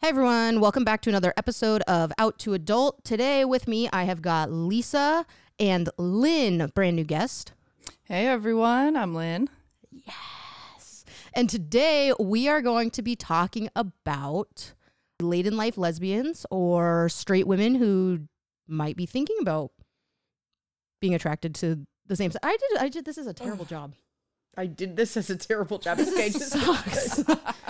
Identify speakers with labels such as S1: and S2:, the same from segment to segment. S1: Hey everyone, welcome back to another episode of Out to Adult. Today with me, I have got Lisa and Lynn, brand new guest.
S2: Hey everyone, I'm Lynn.
S1: And today we are going to be talking about late in life lesbians or straight women who might be thinking about being attracted to the same sex. I did I did this is a terrible job.
S3: I did this as a terrible job. This okay, just-
S1: Sucks.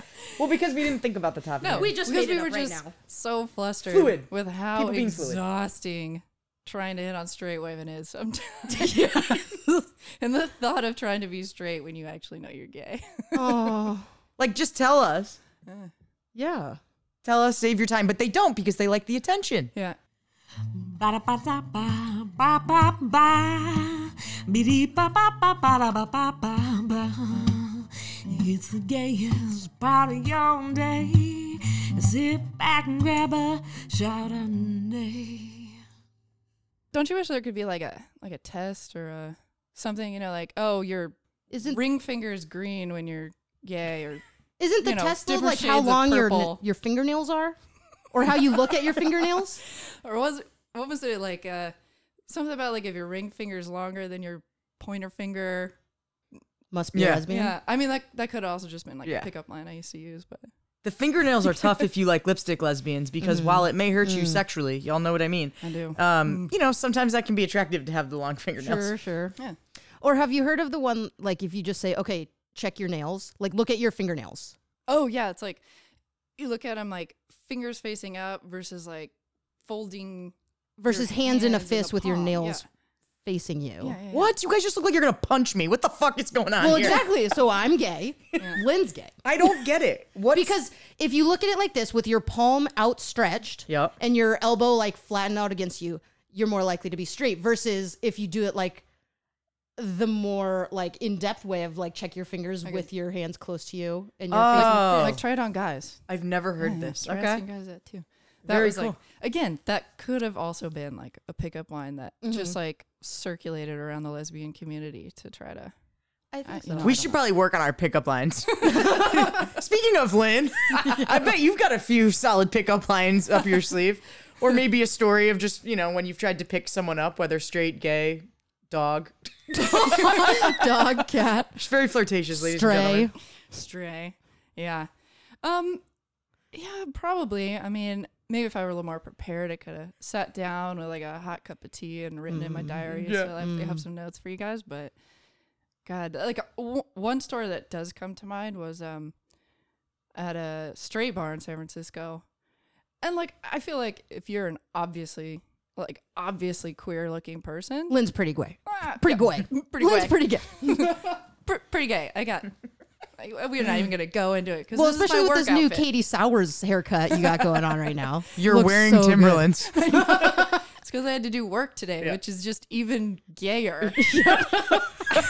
S3: well, because we didn't think about the topic.
S1: we just
S2: because
S1: made
S2: we
S1: it
S2: were
S1: up right
S2: just
S1: now.
S2: so flustered
S3: Fluid.
S2: with how
S3: People being fluid.
S2: exhausting trying to hit on straight women is sometimes. and the thought of trying to be straight when you actually know you're gay.
S1: oh,
S3: like just tell us,
S1: yeah.
S3: tell us, save your time. But they don't because they like the attention.
S2: yeah.
S4: Ba-da-ba-da-ba, ba-ba-ba, bidi-ba-ba-ba-ba-da-ba-ba-ba-ba. It's the gayest part of your day. Sit back and grab a Chardonnay.
S2: Don't you wish there could be like a like a test or a something, you know, like, oh, your
S1: Isn't
S2: ring finger is green when you're gay or
S1: Isn't the
S2: you know,
S1: test though,
S2: different
S1: like how
S2: shades of
S1: long your
S2: purple.
S1: your fingernails are, or how you look at your fingernails?
S2: or was it what was it like uh something about like if your ring finger's longer than your pointer finger
S1: Must be
S3: Yeah.
S1: lesbian.
S2: Yeah, I mean that that could also just been like
S3: Yeah.
S2: a pickup line I used to use, but
S3: The fingernails are tough if you like lipstick lesbians
S1: Mm.
S3: because while it may hurt you sexually, y'all know what I mean.
S2: I do.
S3: Um, you know, sometimes that can be attractive to have the long fingernails.
S1: Mm. Sure, sure.
S2: Yeah.
S1: Or have you heard of the one like if you just say, okay, check your nails, like look at your fingernails?
S2: Oh yeah, it's like you look at them like fingers facing up versus like folding your
S1: Versus hands in a
S2: hands
S1: fist with your
S2: palm.
S1: nails facing you.
S2: Yeah. Yeah, yeah, yeah.
S3: What? You guys just look like you're gonna punch me. What the fuck is going on
S1: Well,
S3: here?
S1: exactly. So I'm gay. Lynn's gay.
S3: I don't get it. What?
S1: Because if you look at it like this, with your palm outstretched
S3: Yep.
S1: and your elbow like flattened out against you, you're more likely to be straight. Versus if you do it like the more like in depth way of like check your fingers with your hands close to you and your face.
S3: Oh.
S2: Like try it on guys.
S3: I've never
S1: Oh,
S3: heard this.
S2: Try
S3: Okay.
S2: asking guys that too. That
S3: Very
S2: was like
S3: cool.
S2: again, that could have also been like a pickup line that
S3: Mm-hmm.
S2: just like circulated around the lesbian community to try to
S1: I think
S2: you know,
S3: We should probably work on our pickup lines. Speaking of Lynn, I bet you've got a few solid pickup lines up your sleeve, or maybe a story of just you know when you've tried to pick someone up, whether straight, gay, dog.
S1: dog, cat,
S3: It's very flirtatious, ladies and
S1: stray.
S3: gentlemen.
S2: Stray. Yeah. Um yeah, probably. I mean, maybe if I were a little more prepared, I could have sat down with like a hot cup of tea and written in my diary.
S3: Yeah.
S2: So I have, I have some notes for you guys, but God, like w- one story that does come to mind was um at a stray bar in San Francisco. And like I feel like if you're an obviously like obviously queer looking person,
S1: Lynn's pretty gay.
S2: ah,
S1: Pretty gay.
S2: Pretty
S1: Lynn's
S2: gay.
S1: pretty gay.
S2: pr- pretty gay. I got. like, we're not even gonna go into it because
S1: well,
S2: this is my
S1: especially with
S2: work
S1: this new
S2: outfit.
S1: Katie Sowers haircut you got going on right now.
S3: You're
S1: Looks
S3: wearing
S1: so good.
S3: Timberlands.
S2: It's because I had to do work today,
S3: Yeah.
S2: which is just even gayer. I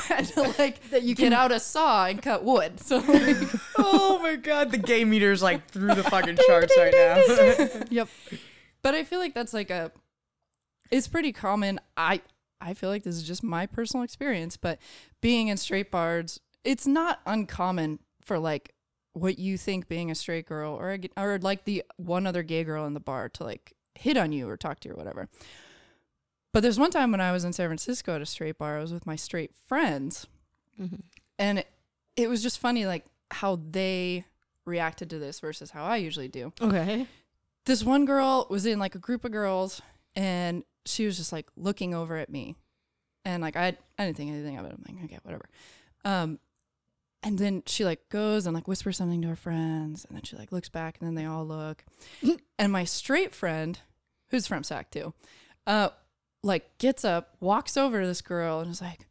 S2: had to like that you get out a saw and cut wood. So like,
S3: oh my god, the gay meter's like through the fucking charts right now.
S2: yep. But I feel like that's like a it's pretty common. I I feel like this is just my personal experience, but being in straight bars, it's not uncommon for like what you think being a straight girl or a g or like the one other gay girl in the bar to like hit on you or talk to you or whatever. But there's one time when I was in San Francisco at a straight bar, I was with my straight friends. And it, it was just funny like how they reacted to this versus how I usually do
S1: Okay.
S2: this one girl was in like a group of girls and she was just like looking over at me and like i i didn't think anything of it i'm like okay whatever um and then she like goes and like whispers something to her friends and then she like looks back and then they all look and my straight friend who's from sac too uh like gets up walks over to this girl and is like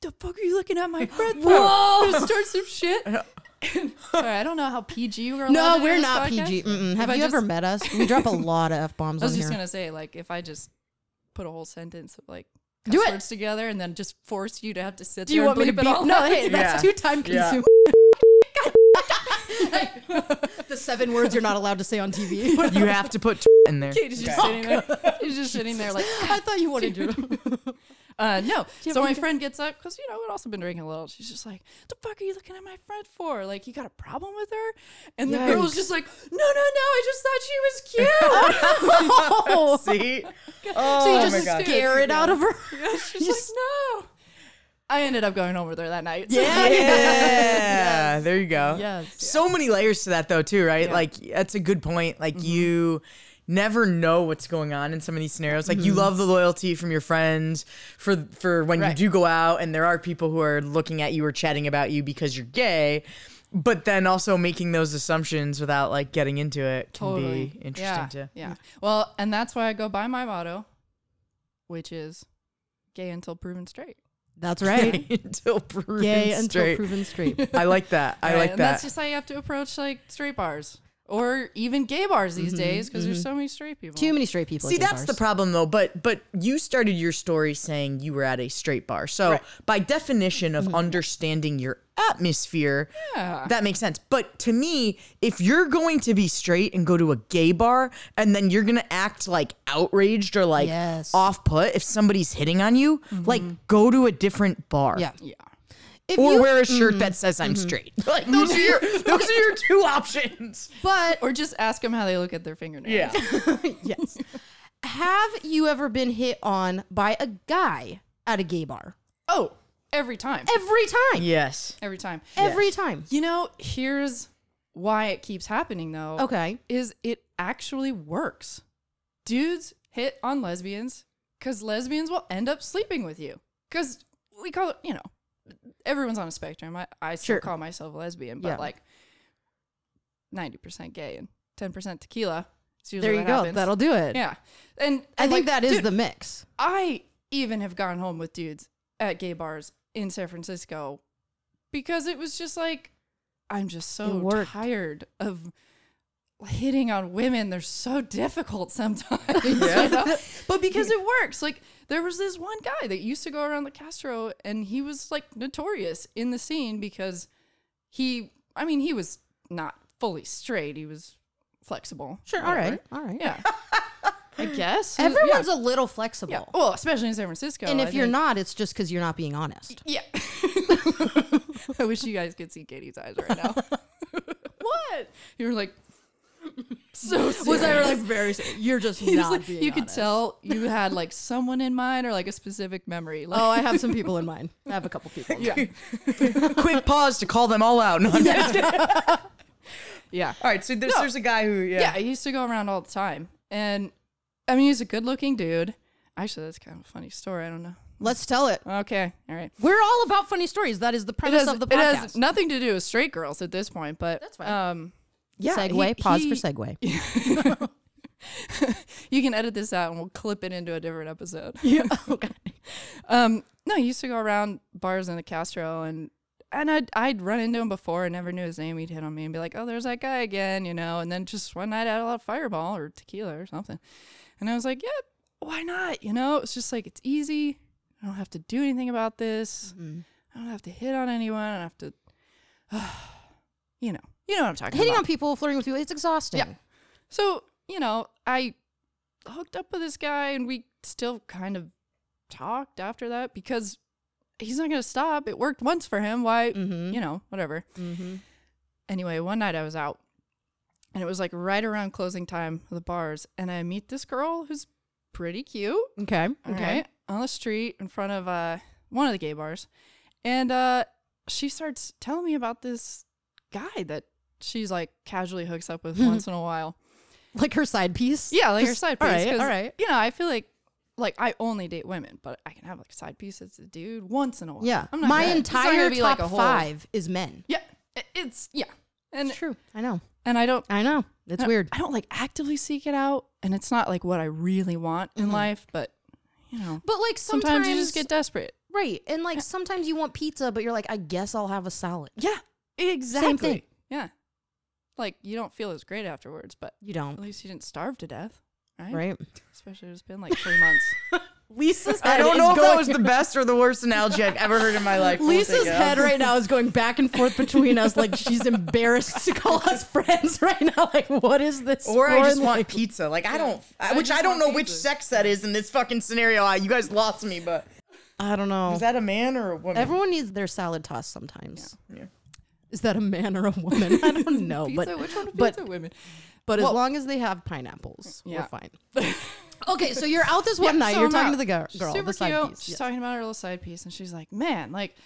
S2: the fuck are you looking at my friend for?
S3: Whoa.
S2: Just starts some shit. And- sorry, I don't know how PG we're. allowed
S1: No,
S2: to do
S1: we're
S2: this
S1: not
S2: podcast.
S1: PG. Mm-mm.
S2: If
S1: Have
S2: I
S1: you
S2: just-
S1: ever met us? We drop a lot of f bombs
S2: I
S1: on
S2: was
S1: here.
S2: just gonna say, like, if I just put a whole sentence of like cuss
S1: Do it.
S2: words together and then just force you to have to sit
S1: Do
S2: there
S1: you want me to
S2: and bleep
S1: beep?
S2: it all
S1: No,
S2: out.
S1: hey, that's
S3: Yeah.
S1: too time
S3: Yeah.
S1: consuming. the seven words you're not allowed to say on TV.
S3: you have to put in there.
S2: Katie's just sitting there. She's just sitting there like
S1: I thought you wanted to.
S2: Uh, no.
S1: you ever
S2: So my
S1: look at-
S2: friend gets up because you know we'd also been drinking a little. She's just like, "The fuck are you looking at my friend for? Like, you got a problem with her?" And the girl was
S1: Yikes.
S2: just like, "No, no, no. I just thought she was cute."
S1: Oh,
S3: See? Oh,
S1: so you
S3: my
S1: just
S3: god.
S1: scare it out of her.
S2: She's like, "No." I ended up going home with her that night.
S1: Yeah.
S3: Yeah, there you go.
S1: Yes.
S3: So many layers to that, though, too, right? Like, that's a good point.
S1: Mm-hmm.
S3: Like, you never know what's going on in some of these scenarios. Like, you
S1: Mm-hmm.
S3: love the loyalty from your friends for for when you
S2: Right.
S3: do go out, and there are people who are looking at you or chatting about you because you're gay. But then also making those assumptions without like getting into it can be interesting
S2: yeah.
S3: too.
S2: Yeah. Well, and that's why I go by my motto, which is gay until proven straight.
S1: That's right.
S3: until proven
S1: Gay until
S3: straight.
S1: proven straight.
S3: I like that. I
S2: Right?
S3: like
S2: and
S3: that.
S2: That's just how you have to approach like straight bars or even gay bars
S3: Mm-hmm,
S2: these days because there's so many straight people.
S1: Too many straight people. at
S3: See,
S1: gay
S3: that's the
S1: bars.
S3: problem though. But but you started your story saying you were at a straight bar. So by definition of understanding your atmosphere,
S2: Yeah.
S3: that makes sense. But to me, if you're going to be straight and go to a gay bar and then you're gonna act like outraged or like
S1: Yes. Mm-hmm.
S3: off put if somebody's hitting on you, like go to a different bar.
S1: Yeah.
S2: yeah.
S1: If
S3: Or
S1: you- Mm-hmm.
S3: wear a shirt that says I'm straight. Like those are your those are your two options.
S1: but
S2: Or just ask them how they look at their fingernails.
S3: Yeah.
S1: yes. Have you ever been hit on by a guy at a gay bar?
S2: Oh, every time.
S1: Every time.
S3: yes.
S2: Every time.
S1: Every time.
S2: You know, here's why it keeps happening though.
S1: Okay.
S2: Is it actually works? Dudes hit on lesbians because lesbians will end up sleeping with you. Because we call it, you know, everyone's on a spectrum. I, I still
S1: Sure.
S2: call myself a lesbian, but
S1: Yeah.
S2: like 90% gay and 10% tequila. It's usually
S1: There you
S2: what
S1: go.
S2: happens.
S1: That'll do it.
S2: Yeah. And,
S1: I think
S2: and, like,
S1: that is
S2: dude,
S1: the mix.
S2: I even have gone home with dudes at gay bars in San Francisco because it was just like I'm just
S1: It
S2: so
S1: worked.
S2: tired of hitting on women. They're so difficult sometimes. you know? But because it works. Like there was this one guy that used to go around the Castro and he was like notorious in the scene because he I mean, he was not fully straight. He was flexible.
S1: Sure. All right. All right.
S2: Yeah. I guess. He was- yeah.
S1: Everyone's a little flexible.
S2: Yeah. Well, especially in San Francisco.
S1: And if
S2: I
S1: you're
S2: think-
S1: not, it's just because you're not being honest.
S2: Yeah. I wish you guys could see Katie's eyes right now. what? You were like so serious.
S1: Was I like very? You're just
S2: He was
S1: not
S2: like-
S1: being
S2: you could
S1: honest.
S2: tell you had like someone in mind or like a specific memory. Like,
S1: Oh, I have some people in mind. I have a couple people. in mind.
S2: yeah.
S3: Quick pause to call them all out. No, I'm just kidding.
S2: Yeah.
S3: All right, so there's,
S2: No.
S3: there's a guy who
S2: Yeah, I used to go around all the time. And I mean, he's a good looking dude. Actually, that's kind of a funny story. I don't know.
S1: Let's tell it.
S2: Okay. All right.
S1: We're all about funny stories. That is the
S2: It
S1: premise
S2: has,
S1: of the
S2: it has
S1: podcast.
S2: nothing to do with straight girls at this point, but
S1: That's fine.
S2: Um, yeah,
S1: segue.
S2: he-
S1: pause
S2: he-
S1: for segue.
S2: you can edit this out and we'll clip it into a different episode. Yeah. okay. Um, no, he used to go around bars in the Castro and and I'd I'd run into him before I never knew his name. He'd hit on me and be like, Oh, there's that guy again, you know, and then just one night I had a lot of fireball or tequila or something. And I was like, Yep, why not? You know, it's just like it's easy. I don't have to do anything about this. I don't have to hit on anyone. I don't have to you know. You know what I'm talking
S1: Hitting
S2: about.
S1: on people, flirting with people, it's exhausting.
S2: Yeah. So, you know, I hooked up with this guy and we still kind of talked after that because he's not going to stop. It worked once for him. Why, you know, whatever. Anyway, one night I was out and it was like right around closing time of the bars and I meet this girl who's pretty cute.
S1: Okay. Okay.
S2: Okay. On the street in front of uh, one of the gay bars. And uh, she starts telling me about this guy that she's like casually hooks up with once in a while.
S1: Like her side piece.
S2: Yeah, like your
S1: Just-
S2: side piece.
S1: All right.
S2: 'cause,
S1: All right.
S2: You know, I feel like like I only date women, but I can have like a side piece as a dude once in a while.
S1: Yeah.
S2: I'm
S1: My
S2: gonna- it's not gonna
S1: entire
S2: be,
S1: top
S2: whole-
S1: five is men.
S2: Yeah, i- it's yeah, and
S1: It's true. I know.
S2: and I don't.
S1: I know. It's weird.
S2: I don't like actively seek it out, and it's not like what I really want in life. But you know,
S1: Mm-hmm. But like
S2: sometimes, you just get desperate.
S1: right, and like sometimes you want pizza, but you're like, I guess I'll have a salad.
S2: Yeah, exactly.
S1: thing.
S2: Yeah, like you don't feel as great afterwards, but
S1: You
S2: at
S1: don't,
S2: least you didn't starve to death, right?
S1: right?
S2: Especially if it's been like three months.
S1: Lisa's
S3: I don't know if that was the best or the worst analogy I've ever heard in my life. We'll
S1: Lisa's
S3: take it.
S1: head right now is going back and forth between us, like she's embarrassed to call us friends right now. Like, what is this?
S3: Or I just
S1: foreign
S3: want pizza. Like I don't, I,
S2: I
S3: which
S2: just
S3: I don't
S2: want
S3: know which
S2: pizza.
S3: sex that is in this fucking scenario. I, you guys lost me, but
S1: I don't know.
S3: Is that a man or a woman?
S1: Everyone needs their salad toss sometimes.
S3: Yeah.
S1: Is that a man or a woman? I don't know.
S2: Pizza,
S1: but
S2: which one of
S1: but-
S2: pizza women?
S1: but as
S2: Well-
S1: long as they have pineapples, we're
S2: Yeah.
S1: fine. okay, so you're out this one
S2: Yeah,
S1: night.
S2: so
S1: you're
S2: I'm
S1: talking
S2: out.
S1: to the girl,
S2: She's
S1: girl
S2: super
S1: the side
S2: cute.
S1: piece.
S2: She's
S1: Yeah.
S2: talking about her little side piece, and she's like, "Man, like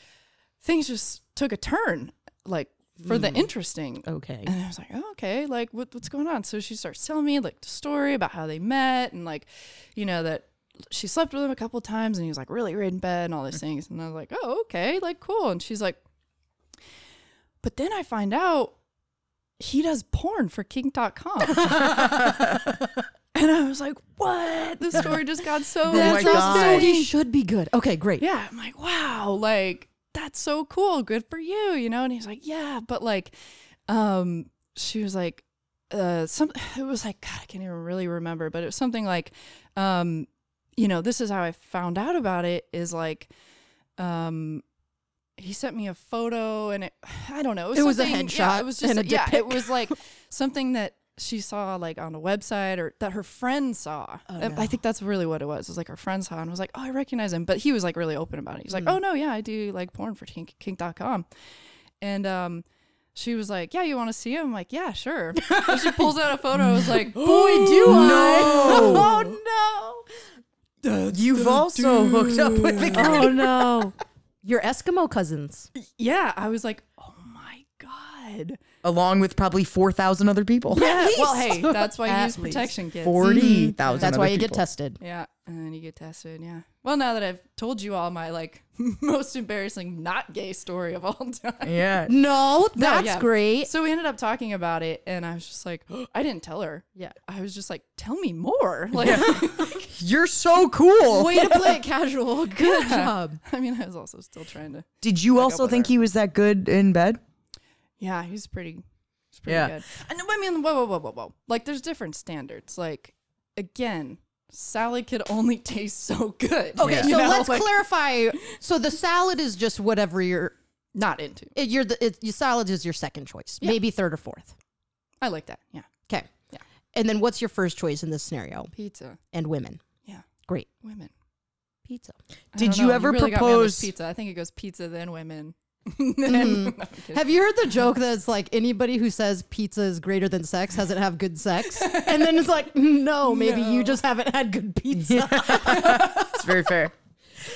S2: things just took a turn, like for
S1: Mm.
S2: the interesting."
S1: Okay.
S2: And I was like, oh, "Okay, like what, what's going on?" So she starts telling me like the story about how they met, and like, you know that she slept with him a couple of times, and he was like really red in bed and all
S1: Mm.
S2: these things. And I was like, "Oh, okay, like cool." And she's like, "But then I find out." He does porn for kink.com. and I was like, what? The story just got so
S1: That's
S3: Oh my
S1: how
S3: God.
S1: story should be good. Okay, great.
S2: yeah, I'm like, wow, like that's so cool. Good for you, you know? And he's like, yeah, but like, um, she was like, uh, some it was like, God, I can't even really remember, but it was something like, um, you know, this is how I found out about it is like, um, he sent me a photo and it, I don't know, it was,
S1: It was a
S2: something-
S1: headshot
S2: Yeah, it was just,
S1: and a dick
S2: yeah, it
S1: pic.
S2: was like something that she saw like on a website or that her friend saw.
S1: Oh,
S2: I- I think that's really what it was. It was like her friend saw and was like, oh, I recognize him. But he was like really open about it. He's
S1: Hmm.
S2: like, oh, no, yeah, I do like porn for kink, kink.com. And um, she was like, yeah, you want to see him? I'm like, yeah, sure. and she pulls out a photo. I was like, boy, do
S3: No.
S2: I? Oh, no.
S3: You've also hooked up with the guy.
S1: Oh no. Your Eskimo cousins.
S2: Yeah. I was like, oh, my God.
S3: Along with probably 4,000 other people.
S2: Yeah. Well, hey, that's why you
S1: At
S2: use
S1: least.
S2: protection kits.
S3: 40,000.
S1: That's
S3: other
S1: why you get
S3: people.
S1: tested.
S2: Yeah, and then you get tested. Yeah. Well, now that I've told you all my like most embarrassing not gay story of all time.
S3: Yeah.
S1: No,
S2: No,
S1: that's
S2: yeah.
S1: great.
S2: So we ended up talking about it, and I was just like, I didn't tell her.
S1: Yeah.
S2: I was just like, tell me more. Like,
S3: You're so cool.
S1: Way to play it casual. Good job.
S2: I mean, I was also still trying to.
S3: Did you
S2: Hook up
S3: also
S2: with
S3: think
S2: her.
S3: he was that good in bed?
S2: Yeah, he's pretty. He's pretty
S3: Yeah.
S2: good. I know. I mean, whoa, whoa, whoa, whoa, whoa. Like, there's different standards. Like, again, salad could only taste so good.
S1: Okay,
S3: Yeah.
S1: so
S2: you know?
S1: let's
S2: Like,
S1: clarify. So the salad is just whatever you're.
S2: not into.
S1: It, you're the it, your salad is your second choice,
S2: Yeah.
S1: maybe third or fourth.
S2: I like that. Yeah,
S1: Okay.
S2: Yeah.
S1: And then what's your first choice in this scenario?
S2: pizza.
S1: And women.
S2: Yeah,
S1: Great.
S2: women.
S1: Pizza.
S2: I
S3: Did
S2: don't
S3: you
S2: know.
S3: ever
S2: really got me on this
S3: propose-
S2: pizza? I think it goes pizza then women.
S1: Mm-hmm. Have you heard the joke that it's like anybody who says pizza is greater than sex hasn't have good sex? And then it's like, no, maybe you just haven't had good pizza.
S3: It's very fair.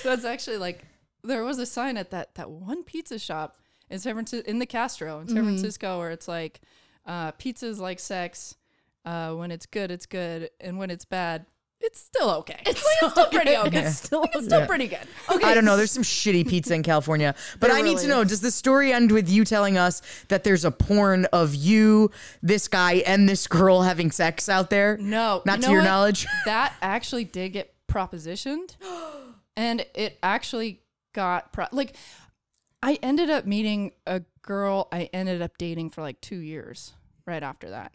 S2: That's actually like there was a sign at that that one pizza shop in San Francisco in the Castro in San Francisco where it's like uh, pizza is like sex. Uh, when it's good, it's good, and when it's bad, it's still okay. It's, still pretty okay.
S1: It's still
S2: Like, it's still pretty good. Okay.
S3: I don't know. There's some shitty pizza in California. But
S1: There
S3: I need
S1: really
S3: to know does the story end with you telling us that there's a porn of you, this guy, and this girl having sex out there?
S2: No,
S3: Not
S2: you
S3: to
S2: know
S3: your
S2: what?
S3: knowledge?
S2: That actually did get propositioned, and it actually got pro- like I ended up meeting a girl I ended up dating for like two years right after that,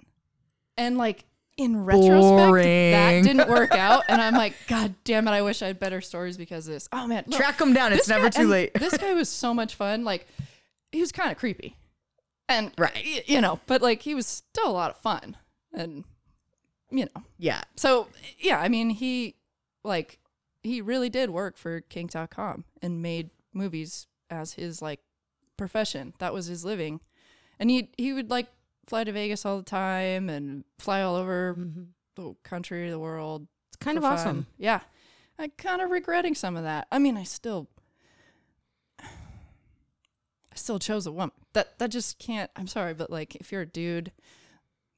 S2: and like in retrospect, that
S3: Boring.
S2: didn't work out, and I'm like, God damn it! I wish I had better stories because of this. Oh man, look,
S3: Track them down.
S2: this
S3: It's
S2: guy-
S3: never too
S2: and
S3: late.
S2: This guy was so much fun. Like he was kind of creepy, and
S3: Right.
S2: y- you know, but like he was still a lot of fun, and you know.
S3: Yeah.
S2: So yeah, I mean he like he really did work for kink.com and made movies as his like profession. That was his living. And he he would like fly to Vegas all the time and fly all over
S3: Mm-hmm.
S2: the country, the world.
S1: It's kind of
S2: for fun.
S1: awesome.
S2: Yeah. I'm kind of regretting some of that. I mean, I still I still chose a woman. That that just can't. I'm sorry, but like if you're a dude,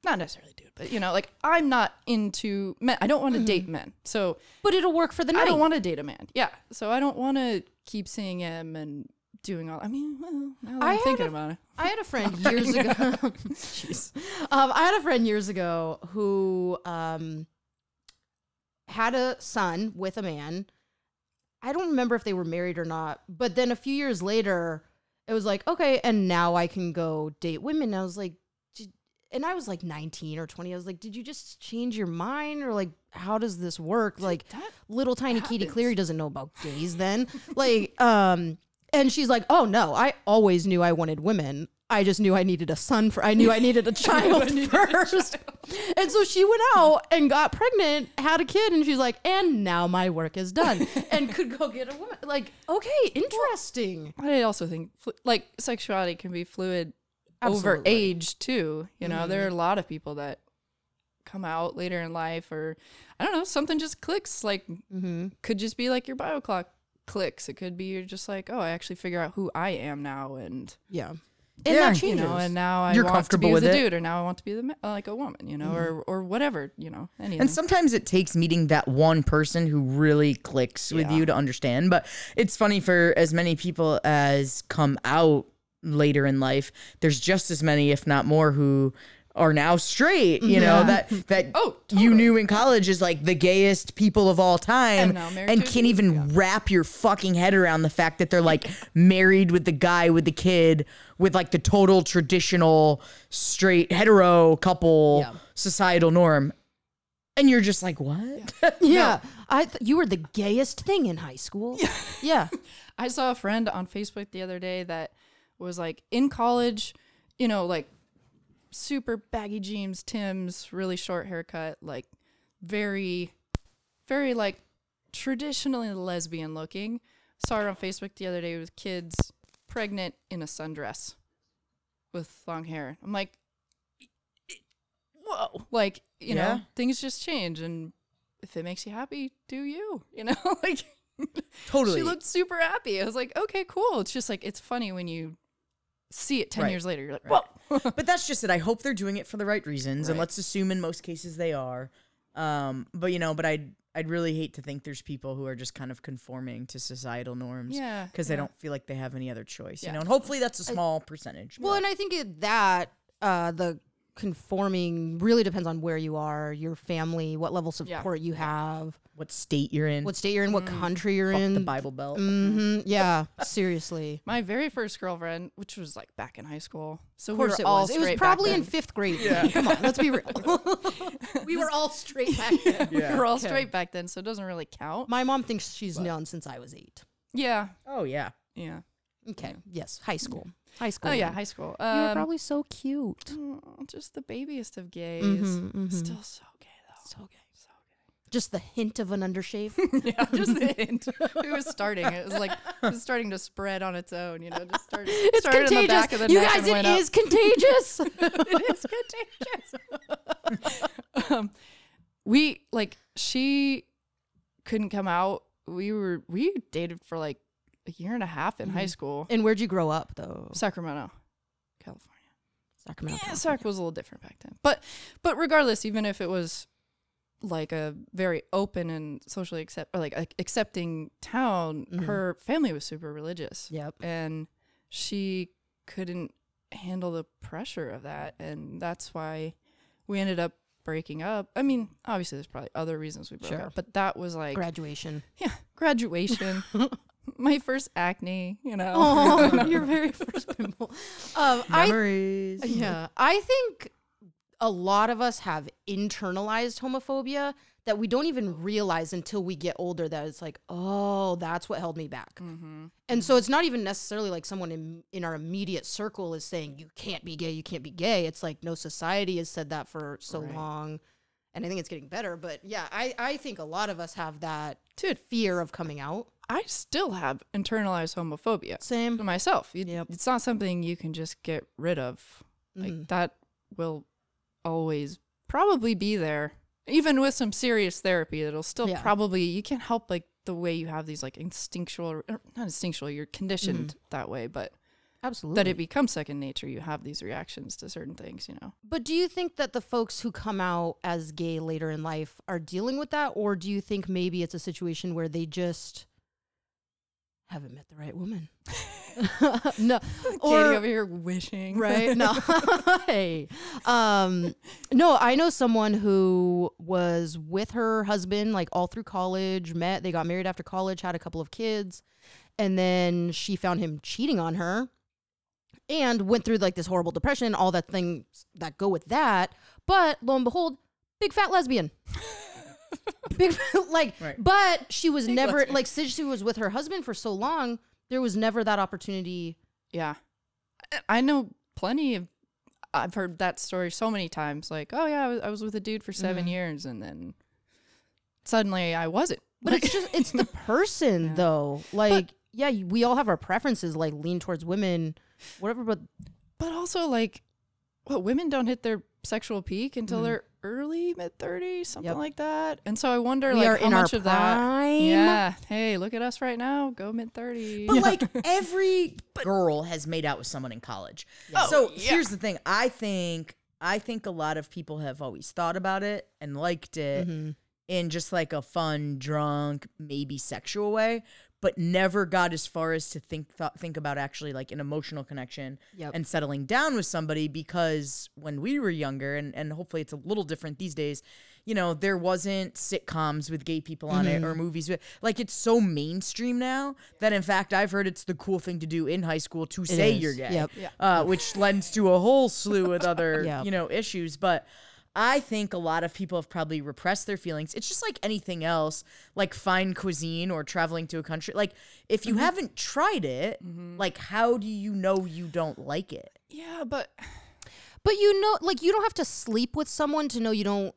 S2: not necessarily dude, but you know, like I'm not into men. I don't want to
S1: Mm-hmm.
S2: date men. So
S1: But it'll work for the night.
S2: I don't want to date a man. Yeah. So I don't want to keep seeing him and doing all. I mean, well, now that
S1: I
S2: I'm
S1: had
S2: thinking
S1: a-
S2: about it.
S1: I had a friend years ago. Jeez. Um, I had a friend years ago who um, had a son with a man. I don't remember if they were married or not, but then a few years later, it was like, okay, and now I can go date women. And I was like, "Did-" and I was like 19 or 20. I was like, did you just change your mind? Or like, how does this work? Like,
S2: That
S1: little tiny Katie
S2: happens.
S1: Cleary doesn't know about gays then. like, um, and she's like, oh no, I always knew I wanted women. I just knew I needed a son for, I knew I needed a child first. And so she went out and got pregnant, had a kid, and she's like, and now my work is done and could go get a woman. Like, okay, interesting.
S2: But I also think flu- like sexuality can be fluid over
S1: Absolutely.
S2: age too. You know, there are
S3: Mm-hmm.
S2: a lot of people that come out later in life, or I don't know, something just clicks. Like,
S3: Mm-hmm.
S2: could just be like your bio clock clicks. It could be you're just like, oh, I actually figure out who I am now, and
S1: Yeah. And
S3: Yeah,
S1: that changes.
S2: you know, and now I
S3: You're
S2: want to be
S3: comfortable
S2: with
S3: with
S2: a
S3: it. Mm-hmm.
S2: dude, or now I want to be the ma- like a woman, you know, or or whatever, you know, anything.
S3: And sometimes it takes meeting that one person who really clicks with you to understand. But it's funny for as many people as come out later in life, there's just as many, if not more, who are now straight. You know that that
S2: Oh,
S3: you
S2: totally.
S3: knew in college is like the gayest people of all time,
S2: And now married
S3: and
S2: to a
S3: can't even wrap your fucking head around the fact that they're like married with the guy with the kid with like the total traditional straight hetero couple
S1: Yeah.
S3: societal norm and you're just like, what?
S1: yeah. I th- you were the gayest thing in high school. Yeah.
S2: I saw a friend on Facebook the other day that was like in college, you know, like super baggy jeans, Tim's, really short haircut, like very, very like traditionally lesbian looking. Saw her on Facebook the other day with kids pregnant in a sundress with long hair. I'm like, whoa, like, you
S3: Yeah.
S2: know, things just change. And if it makes you happy, do you, you know, like.
S3: Totally.
S2: She looked super happy. I was like, okay, cool. It's just like it's funny when you see it ten
S3: Right.
S2: years later. You're like, whoa.
S3: but that's just it. I hope they're doing it for the right reasons, and
S2: Right.
S3: let's assume in most cases they are. Um, but you know, but I'd I'd really hate to think there's people who are just kind of conforming to societal norms,
S2: Yeah,
S3: because
S2: yeah.
S3: they don't feel like they have any other choice,
S2: Yeah.
S3: you know. And hopefully that's a small percentage.
S1: Well, and I think it, that uh, the conforming really depends on where you are, your family, what level of
S2: Yeah.
S1: support you have,
S3: what state you're in?
S1: what state you're in, what country you're
S3: fuck
S1: in.
S3: the Bible Belt?
S2: Mm,
S1: hmm Yeah, seriously.
S2: My very first girlfriend, which was like back in high school, so
S1: Of
S2: we were
S1: course it
S2: all
S1: was. It was
S2: straight back
S1: probably in
S2: then.
S1: fifth grade. Come on, let's be real. we were all straight back then.
S2: we were all straight back then, so it doesn't really count.
S1: My mom thinks she's known since I was eight.
S2: Yeah,
S3: Oh yeah.
S2: yeah.
S1: Okay. Yes. High school. High school.
S2: Oh yeah, high school.
S1: You were
S2: Um,
S1: probably so cute.
S2: mm, just the babiest of
S1: Mm-hmm,
S2: gays. Still so gay though. So gay. So
S1: Just the hint of an undershave.
S2: gay. Yeah, just the hint. It was starting. It was like it was starting to spread on its own. You know, just started.
S1: It's
S2: started
S1: contagious.
S2: In the back of the
S1: you
S2: neck
S1: guys,
S2: and
S1: it
S2: went up.
S1: is contagious.
S2: it is contagious. um, we like she couldn't come out. We were we dated for like a year and a half in high school,
S1: and where'd you grow up though?
S2: Mm-hmm. Sacramento, California.
S1: Sacramento.
S2: Yeah, Sac was a little different back then, but but regardless, even if it was like a very open and socially accept or like a- accepting town, her family was super religious
S1: Yep.
S2: and she couldn't handle the pressure of that and that's why we ended up breaking up i mean obviously there's probably other reasons we broke
S1: Sure.
S2: up but that was like
S1: Graduation.
S2: yeah graduation my first acne you know
S1: Oh, your very first pimple. Um, I
S3: Memories.
S1: yeah, I think a lot of us have internalized homophobia that we don't even realize until we get older. That it's like, oh, that's what held me back.
S2: Mm-hmm.
S1: And so it's not even necessarily like someone in in our immediate circle is saying you can't be gay, you can't be gay. It's like no society has said that for so long. And I think it's getting better, but yeah, I, I think a lot of us have that
S2: dude
S1: fear of coming out.
S2: i still have internalized homophobia
S1: Same.
S2: to myself It-
S1: Yep. Mm-hmm.
S2: it's not something you can just get rid of like that will always probably be there even with some serious therapy it'll still
S1: Yeah.
S2: probably you can't help like the way you have these like instinctual or not instinctual you're conditioned
S1: Mm-hmm.
S2: that way but
S1: Absolutely.
S2: that it becomes second nature you have these reactions to certain things you know
S1: But do you think that the folks who come out as gay later in life are dealing with that? Or do you think maybe it's a situation where they just haven't met the right woman? no.
S2: Katie
S1: Or,
S2: over here wishing
S1: right? No. hey. Um, no, I know someone who was with her husband like all through college, met, they got married after college, had a couple of kids, and then she found him cheating on her and went through like this horrible depression, all that things that go with that. But lo and behold, big fat lesbian. big fat- like
S3: Right.
S1: but she was never like since she was with her husband for so long, there was never that opportunity
S2: yeah I- i know plenty of I've heard that story so many times. Like, oh yeah, I was, I was with a dude for
S1: Mm-hmm.
S2: 7 years, and then suddenly I wasn't.
S1: But it's just it's the person though. Like yeah, you- we all have our preferences, like lean towards women, whatever. But
S2: but also like, what women don't hit their sexual peak until they're early mid 30s, something
S1: Mm-hmm. Yep.
S2: like that. And so I wonder
S1: We
S2: like
S1: are
S2: how
S1: in our
S2: much of that.
S1: prime.
S2: Yeah. Hey, look at us right now. Go mid 30s.
S3: But like every girl has made out with someone in college. so here's the thing. I think I think a lot of people have always thought about it and liked it in just like a fun, drunk, maybe sexual way, but never got as far as to think th- think about actually like an emotional connection
S1: Yep.
S3: and settling down with somebody because when we were younger and and hopefully it's a little different these days, you know, there wasn't sitcoms with gay people on it
S1: Mm-hmm.
S3: or movies with like it's so mainstream now that in fact I've heard it's the cool thing to do in high school to say
S1: is.
S3: you're gay
S1: Yep.
S3: uh, which lends to a whole slew of other
S1: Yeah.
S3: you know issues but i think a lot of people have probably repressed their feelings it's just like anything else like fine cuisine or traveling to a country like if
S1: Mm-hmm.
S3: you haven't tried it like how do you know you don't like it
S2: Yeah, but
S1: but you know, like you don't have to sleep with someone to know you don't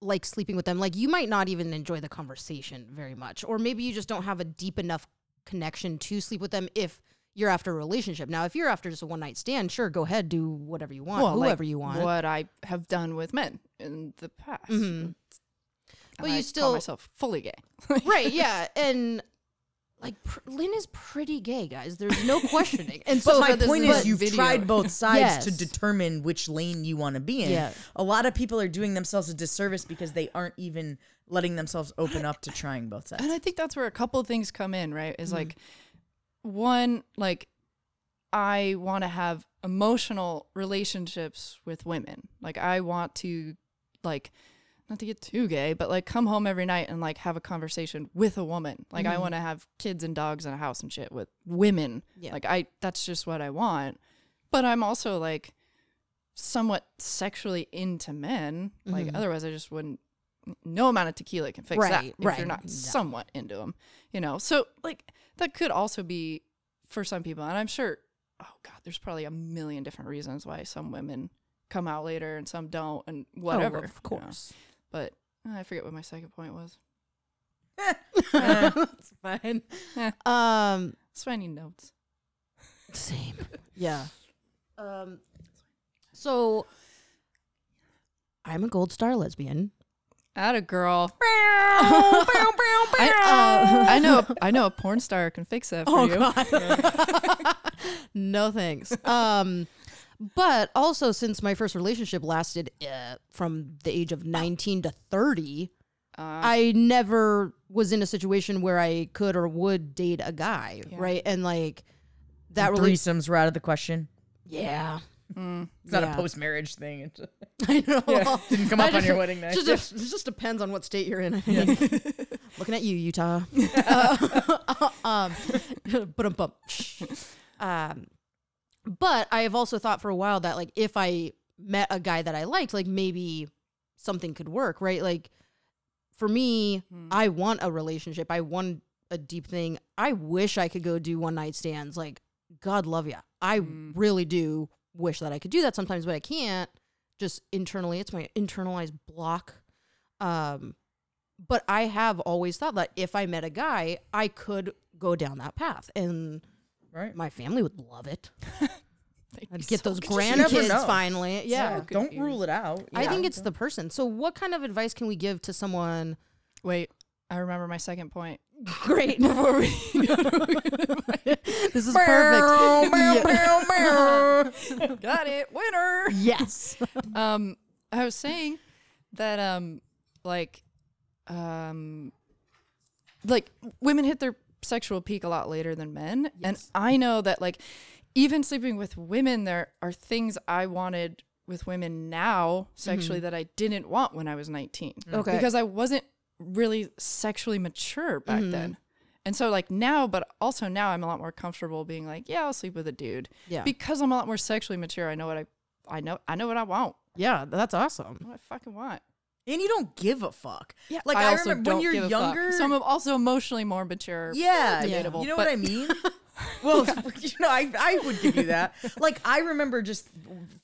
S1: like sleeping with them. Like you might not even enjoy the conversation very much, or maybe you just don't have a deep enough connection to sleep with them if you're after a relationship. Now, if you're after just a one night stand, sure, go ahead, do whatever you want,
S2: Well, like,
S1: whoever you want.
S2: What I have done with men in the past.
S1: Mhm. But
S2: And
S1: you
S2: I
S1: still-
S2: call myself fully gay.
S1: right yeah and like pr- lynn is pretty gay guys there's no questioning and so
S3: but my
S1: this
S3: point
S1: is
S3: is, you've
S2: video.
S3: tried both sides to
S1: Yes.
S3: determine which lane you want to be in.
S1: Yeah.
S3: A lot of people are doing themselves a disservice because they aren't even letting themselves open up to trying both sides.
S2: and I think that's where a couple of things come in, right? Is like one, like I want to have emotional relationships with women. Like I want to like not to get too gay, but like come home every night and like have a conversation with a woman. Like I want to have kids and dogs in a house and shit with women.
S1: Yeah.
S2: Like I that's just what I want. But I'm also like somewhat sexually into men. Like otherwise I just wouldn't no amount of tequila can fix that
S1: Right,
S2: if
S1: right.
S2: you're not somewhat into them, you know. So like that could also be for some people, and I'm sure. Oh God, there's probably a million different reasons why some women come out later and some don't, and whatever. you know.
S1: Oh, of course
S2: But uh, I forget what my second point was.
S1: it's fine um
S2: That's why I need notes.
S1: same yeah um so i'm a gold star lesbian
S2: At a girl. I, uh, I know. I know a porn star can fix that
S1: Oh,
S2: for you.
S1: no thanks um but also since my first relationship lasted uh, from the age of 19 to 30 I never was in a situation where I could or would date a guy, right? And like that really,
S3: Threesomes were out of the question.
S1: yeah,
S3: It's not
S1: Yeah.
S3: a post marriage thing. It's
S1: I know.
S3: didn't come
S1: I
S3: up on
S1: just-
S3: your wedding night.
S1: Just, just, it just depends on what state you're in. I think. Looking at you, Utah. um, but um, but I have also thought for a while that like if I met a guy that I liked, like maybe something could work, right? Like for me,
S3: Hmm.
S1: I want a relationship. I want a deep thing. I wish I could go do one night stands. Like, God love ya. I
S3: Hmm.
S1: really do wish that I could do that sometimes, but I can't. Just internally, it's my internalized block. Um, but I have always thought that if I met a guy, I could go down that path, and
S3: Right.
S1: my family would love it.
S2: They'd be
S1: I'd get
S2: so
S1: those
S3: just never know.
S1: grandkids finally. Yeah.
S2: so
S3: Don't
S2: confused.
S3: rule it out.
S1: I
S3: Yeah.
S1: think it's the person. So, what kind of advice can we give to someone?
S2: Wait, I remember my second point.
S1: Great. Before we, this is perfect.
S2: Got it, winner.
S1: yes.
S2: um i was saying that um like um like women hit their sexual peak a lot later than men and i know that like even sleeping with women there are things i wanted with women now sexually that i didn't want when i was 19
S1: Mm-hmm. Okay.
S2: because i wasn't really sexually mature back
S1: Mm-hmm.
S2: then and so like now but also now i'm a lot more comfortable being like yeah i'll sleep with a dude
S1: Yeah.
S2: because i'm a lot more sexually mature i know what i i know i know what i want
S1: Yeah, that's awesome.
S2: what I fucking want.
S3: And you don't give a fuck.
S2: Yeah,
S3: Like I, remember when you're younger.
S2: So I'm also emotionally more mature.
S3: yeah,
S2: debatable,
S3: You know what
S2: but-
S3: I mean? Well, you know, I, I would give you that. Like, I remember just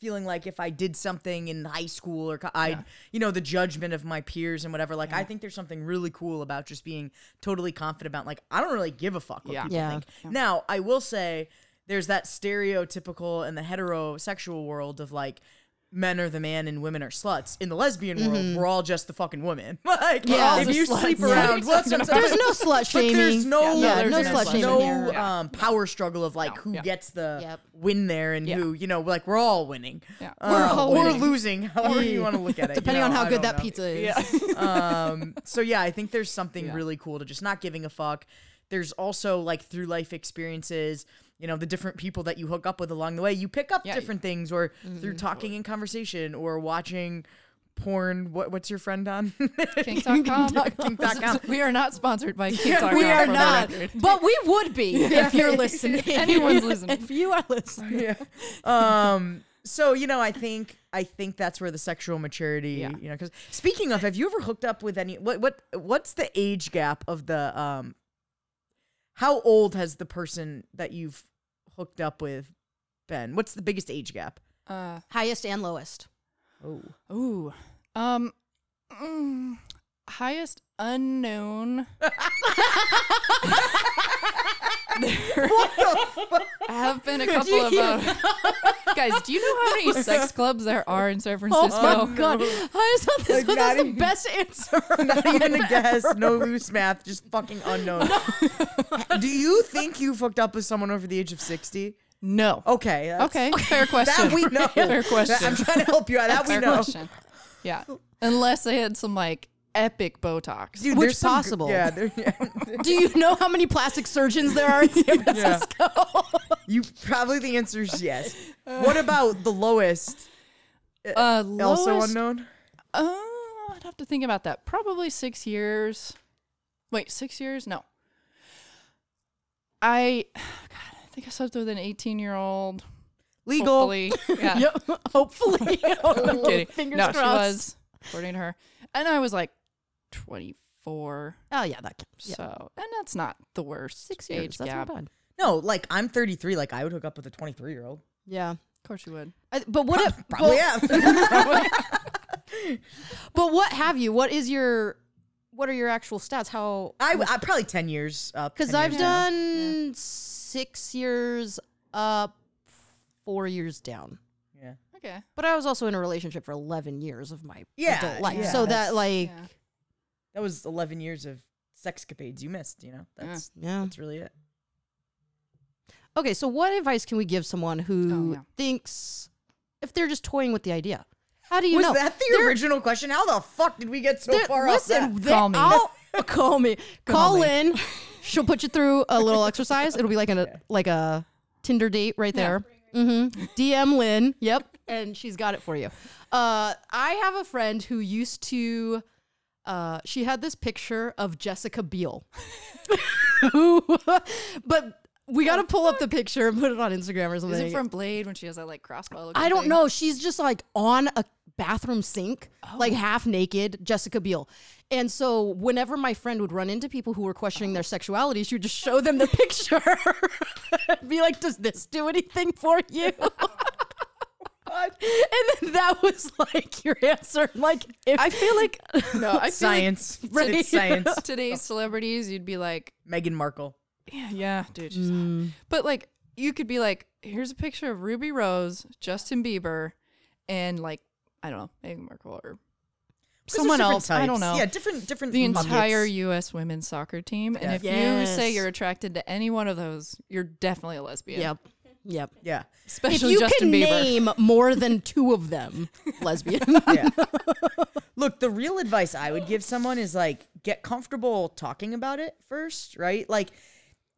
S3: feeling like if I did something in high school or co- I, you know, the judgment of my peers and whatever. Like, I think there's something really cool about just being totally confident about. Like, I don't really give a fuck what
S2: Yeah.
S3: people
S1: Yeah.
S3: think. Now, I will say there's that stereotypical in the heterosexual world of like. Men are the man and women are sluts. In the lesbian world, we're all just the fucking woman. Like,
S1: Mm-hmm. Yeah.
S3: if
S1: All
S3: you
S1: the
S3: sleep
S1: sluts. Yeah.
S3: around, what's what I'm
S1: There's
S3: saying?
S1: no slut
S3: But
S1: shaming.
S3: there's no,
S1: yeah,
S2: there's
S1: no
S2: no
S1: slut
S2: slut
S1: shaming
S3: no,
S1: here.
S2: Yeah.
S3: um, power struggle of like
S2: No,
S3: who
S2: yeah.
S3: gets the
S1: Yep.
S3: win there and
S2: Yeah.
S3: who you know like we're all winning,
S2: Yeah.
S3: Uh,
S1: We're all
S3: or
S1: winning.
S3: losing, however
S1: Yeah.
S3: you want to look at it, you
S1: Depending
S3: know,
S1: on how
S3: I
S1: good
S3: don't
S1: that
S3: know.
S1: pizza is.
S2: Yeah.
S3: Um, so yeah, I think there's something
S2: Yeah.
S3: really cool to just not giving a fuck. There's also like through life experiences, you know, the different people that you hook up with along the way, you pick up
S2: Yeah, you- Mm-hmm.
S3: different things, or through talking in conversation, or watching porn. What what's your friend on?
S2: Kink.com.
S3: Kink.com.
S2: We are not sponsored by Kink.com.
S1: We are
S2: for the
S1: not,
S2: record.
S1: but we would be if you're listening.
S2: Anyone's listening.
S1: If you are listening.
S3: yeah. Um. So you know, I think I think that's where the sexual maturity.
S2: Yeah.
S3: You know, because speaking of, have you ever hooked up with any? What what what's the age gap of the um? How old has the person that you've hooked up with been? What's the biggest age gap?
S2: Uh,
S1: Highest and lowest.
S3: Oh,
S2: ooh. Um, mm, highest unknown. have been a couple of uh, guys. Do you know how many sex clubs there are in San Francisco?
S1: Oh my god! I just thought this
S3: Like,
S1: was
S3: not
S1: that's the
S3: even-
S1: best answer.
S3: not even a guess. No loose math. Just fucking unknown. Do you think you hooked up with someone over the age of sixty?
S2: No.
S3: Oh, Okay. that's-
S2: Okay. Fair question.
S3: That we know.
S2: Fair question.
S3: I'm trying to help you out. That we
S2: Fair
S3: know.
S2: question. Yeah. Unless they had some like epic Botox.
S3: Dude,
S1: Which
S3: there's some gr-
S1: possible.
S3: yeah, there, yeah.
S1: Do you know how many plastic surgeons there are? in San Francisco?
S3: Yeah. you probably the answer is yes. What about the lowest?
S2: Uh, lowest,
S3: Also unknown.
S2: Uh, I'd have to think about that. Probably six years. Wait, six years? No. I, God, I think I slept with an 18 year old.
S3: Legal.
S2: Hopefully. Yeah.
S1: Yep. Hopefully.
S2: I'm kidding.
S1: Fingers
S2: no, she
S1: crossed.
S2: was, according to her. And I was like 24.
S1: Oh yeah, that counts. Yeah.
S2: So, and that's not the worst
S1: Six
S2: age
S1: years. That's
S2: gap.
S1: not bad.
S3: No, like I'm 33. Like I would hook up with a 23 year old.
S1: Yeah.
S2: Of course you would.
S1: I- But what? if-
S3: Probably
S1: but-
S3: yeah.
S1: But what have you? What is your? What are your actual stats? How?
S3: I, I probably 10 years up.
S1: Because
S3: 10
S1: I've
S3: years down.
S1: done six years up, four years down.
S3: Yeah.
S2: Okay.
S1: But I was also in a relationship for eleven years of my
S3: Yeah,
S1: adult life,
S3: yeah,
S1: so that
S3: that's-
S1: like,
S2: yeah.
S3: That was 11 years of sexcapades you missed. You know, that's
S1: yeah.
S3: that's really it.
S1: Okay, so what advice can we give someone who
S2: Oh, yeah.
S1: thinks if they're just toying with the idea? How do you
S3: was
S1: know?
S3: that the original question? How the fuck did we get so
S1: They're-
S3: far off
S1: listen,
S3: that?
S1: they-
S2: Call me.
S1: I'll- call me. Call,
S2: me.
S1: in. She'll put you through a little exercise. It'll be like a like a Tinder date right there. Mm-hmm. DM Lynn. Yep, and she's got it for you. Uh, I have a friend who used to. Uh, she had this picture of Jessica Biel. but we got to pull up the picture and put it on Instagram or
S2: Is
S1: something.
S2: it from Blade when she has that like crossbow? looking
S1: I don't
S2: thing?
S1: know. She's just like on a bathroom sink,
S2: Oh.
S1: like half naked, Jessica Biel. And so whenever my friend would run into people who were questioning
S2: Oh.
S1: their sexuality, she would just show them the picture. Be like, does this do anything for you?
S2: Oh
S1: and then that was like your answer. Like if
S2: I feel like no. I feel
S3: Science.
S1: Right.
S3: It's science.
S2: Like today's celebrities, you'd be like,
S3: Meghan Markle.
S2: yeah, yeah, dude. She's hot.
S1: Mm.
S2: But like, you could be like, here's a picture of Ruby Rose, Justin Bieber, and like, I don't know, Meghan Markle or
S3: There's
S2: someone
S3: different
S2: else. I don't
S3: types.
S2: know.
S3: Yeah, different different.
S2: the
S3: buckets.
S2: entire U.S. women's soccer team. And if you say
S1: Yes.
S2: you're attracted to any one of those, you're definitely a lesbian.
S1: Yep. Yep.
S3: Yeah.
S1: If
S2: Especially
S1: you
S2: Justin
S1: can
S2: Bieber.
S1: name more than two of them, lesbian.
S3: yeah. Look, the real advice I would give someone is like get comfortable talking about it first, right? Like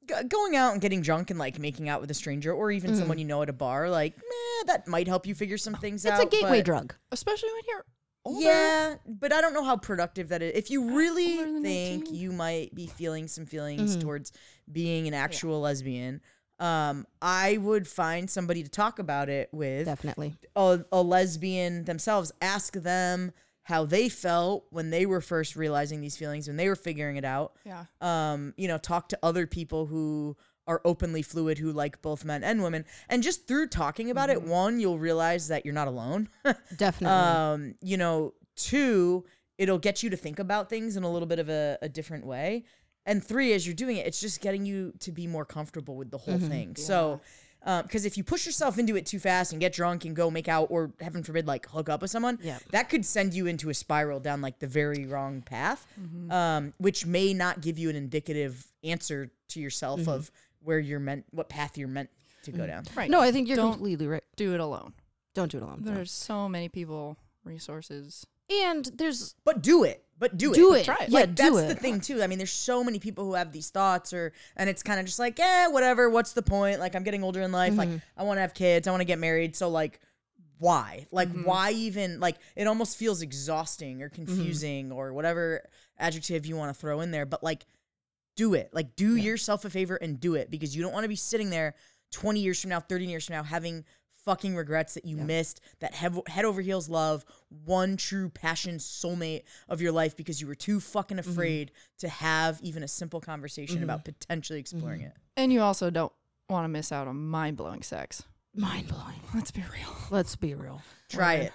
S3: g- going out and getting drunk and like making out with a stranger or
S1: Mm-hmm.
S3: even someone you know at a bar, like meh, that might help you figure some things
S1: It's
S3: out.
S1: a gateway
S3: but-
S1: drug.
S2: Especially when you're older.
S3: Yeah, but I don't know how productive that is. If you really
S2: Older than
S3: think
S2: 18?
S3: you might be feeling some feelings
S1: Mm-hmm.
S3: towards being an actual lesbian, um, I would find somebody to talk about it with
S1: Definitely.
S3: a, a lesbian themselves ask them how they felt when they were first realizing these feelings when they were figuring it out
S2: Yeah.
S3: um you know talk to other people who are openly fluid who like both men and women. And just through talking about it, one, you'll realize that you're not alone.
S1: Definitely.
S2: Uh,
S3: um, you know, two, it'll get you to think about things in a little bit of a, a different way. And three, as you're doing it, it's just getting you to be more comfortable with the whole thing. So, because if you push yourself into it too fast and get drunk and go make out or heaven forbid, like hook up with someone,
S1: Yeah.
S3: that could send you into a spiral down like the very wrong path, um, which may not give you an indicative answer to yourself of where you're meant, what path you're meant to go down.
S2: Right.
S1: no, I think you're
S2: Don't
S1: completely right.
S2: do it alone.
S1: Don't do it alone.
S2: There's so many people, resources.
S1: And there's
S3: But do it. But do it.
S1: do it.
S2: Try it.
S1: Yeah,
S3: like
S1: do
S3: that's
S1: it.
S3: the thing too. I mean, there's so many people who have these thoughts, or and it's kind of just like, eh, whatever. What's the point? Like, I'm getting older in life. Like,
S1: Mm-hmm.
S3: I want to have kids. I want to get married. So like, why? Like,
S1: Mm-hmm.
S3: why even? Like, it almost feels exhausting or confusing or whatever adjective you want to throw in there. But like, do it. Like, do yourself a favor and do it because you don't want to be sitting there 20 years from now, 30 years from now, having fucking regrets that you missed that hev- head over heels love, one true passion soulmate of your life because you were too fucking afraid to have even a simple conversation about potentially exploring it.
S2: And you also don't want to miss out on mind blowing sex.
S1: mind blowing.
S2: Let's be real.
S1: Let's be real.
S3: Try it.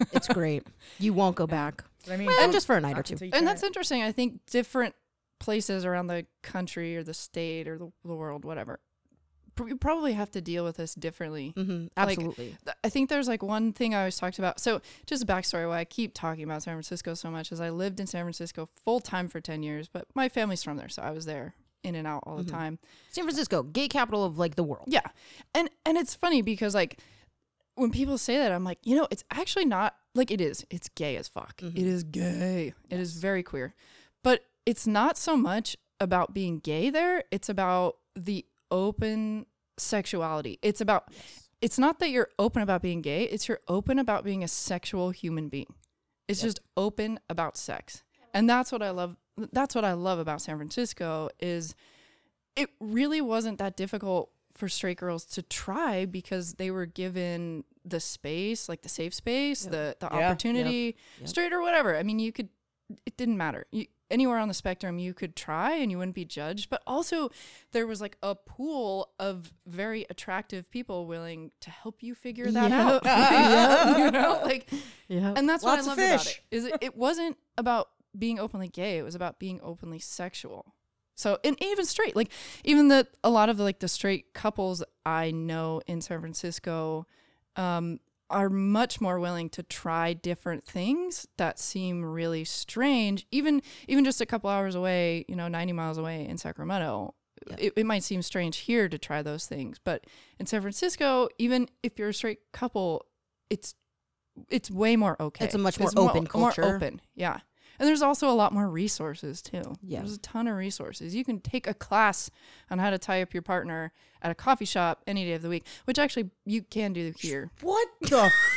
S1: It's great. you won't go back.
S3: But I mean,
S1: And just for a night or two.
S3: until you
S2: And
S3: try
S2: that's interesting. I think different places around the country or the state or the, the world, whatever, pr- you probably have to deal with this differently.
S1: hmm
S2: Like,
S1: Absolutely.
S2: th- I think there's like one thing I always talked about. So, just a backstory why I keep talking about San Francisco so much is I lived in San Francisco full time for 10 years, but my family's from there. So I was there in and out all the time.
S1: San Francisco, gay capital of like the world.
S2: Yeah. And and it's funny because like when people say that I'm like, you know, it's actually not like it is. It's gay as fuck. It is gay. It is very queer. But it's not so much about being gay there. It's about the open sexuality. It's about it's not that you're open about being gay, it's you're open about being a sexual human being. It's just open about sex. And that's what I love that's what I love about San Francisco is it really wasn't that difficult for straight girls to try because they were given the space, like the safe space, the the
S3: Yep.
S2: opportunity, straight or whatever. I mean, you could it didn't matter. You, anywhere on the spectrum you could try and you wouldn't be judged, but also there was like a pool of very attractive people willing to help you figure that
S1: Yeah.
S2: out. you know, like
S1: Yeah.
S2: and that's what
S3: Lots of
S2: I loved about
S3: fish.
S2: it. Is it, it wasn't about being openly gay. It was about being openly sexual. So and even straight, like even the a lot of the, like the straight couples I know in San Francisco um, are much more willing to try different things that seem really strange. Even even just a couple hours away, you know, ninety miles away in Sacramento, it, it might seem strange here to try those things, but in San Francisco, even if you're a straight couple, it's it's way more okay.
S1: It's a much more
S2: mo-
S1: open culture.
S2: More open, yeah. And there's also a lot more resources too.
S1: Yeah.
S2: There's a ton of resources. You can take a class on how to tie up your partner at a coffee shop any day of the week, which actually you can do here.
S3: What the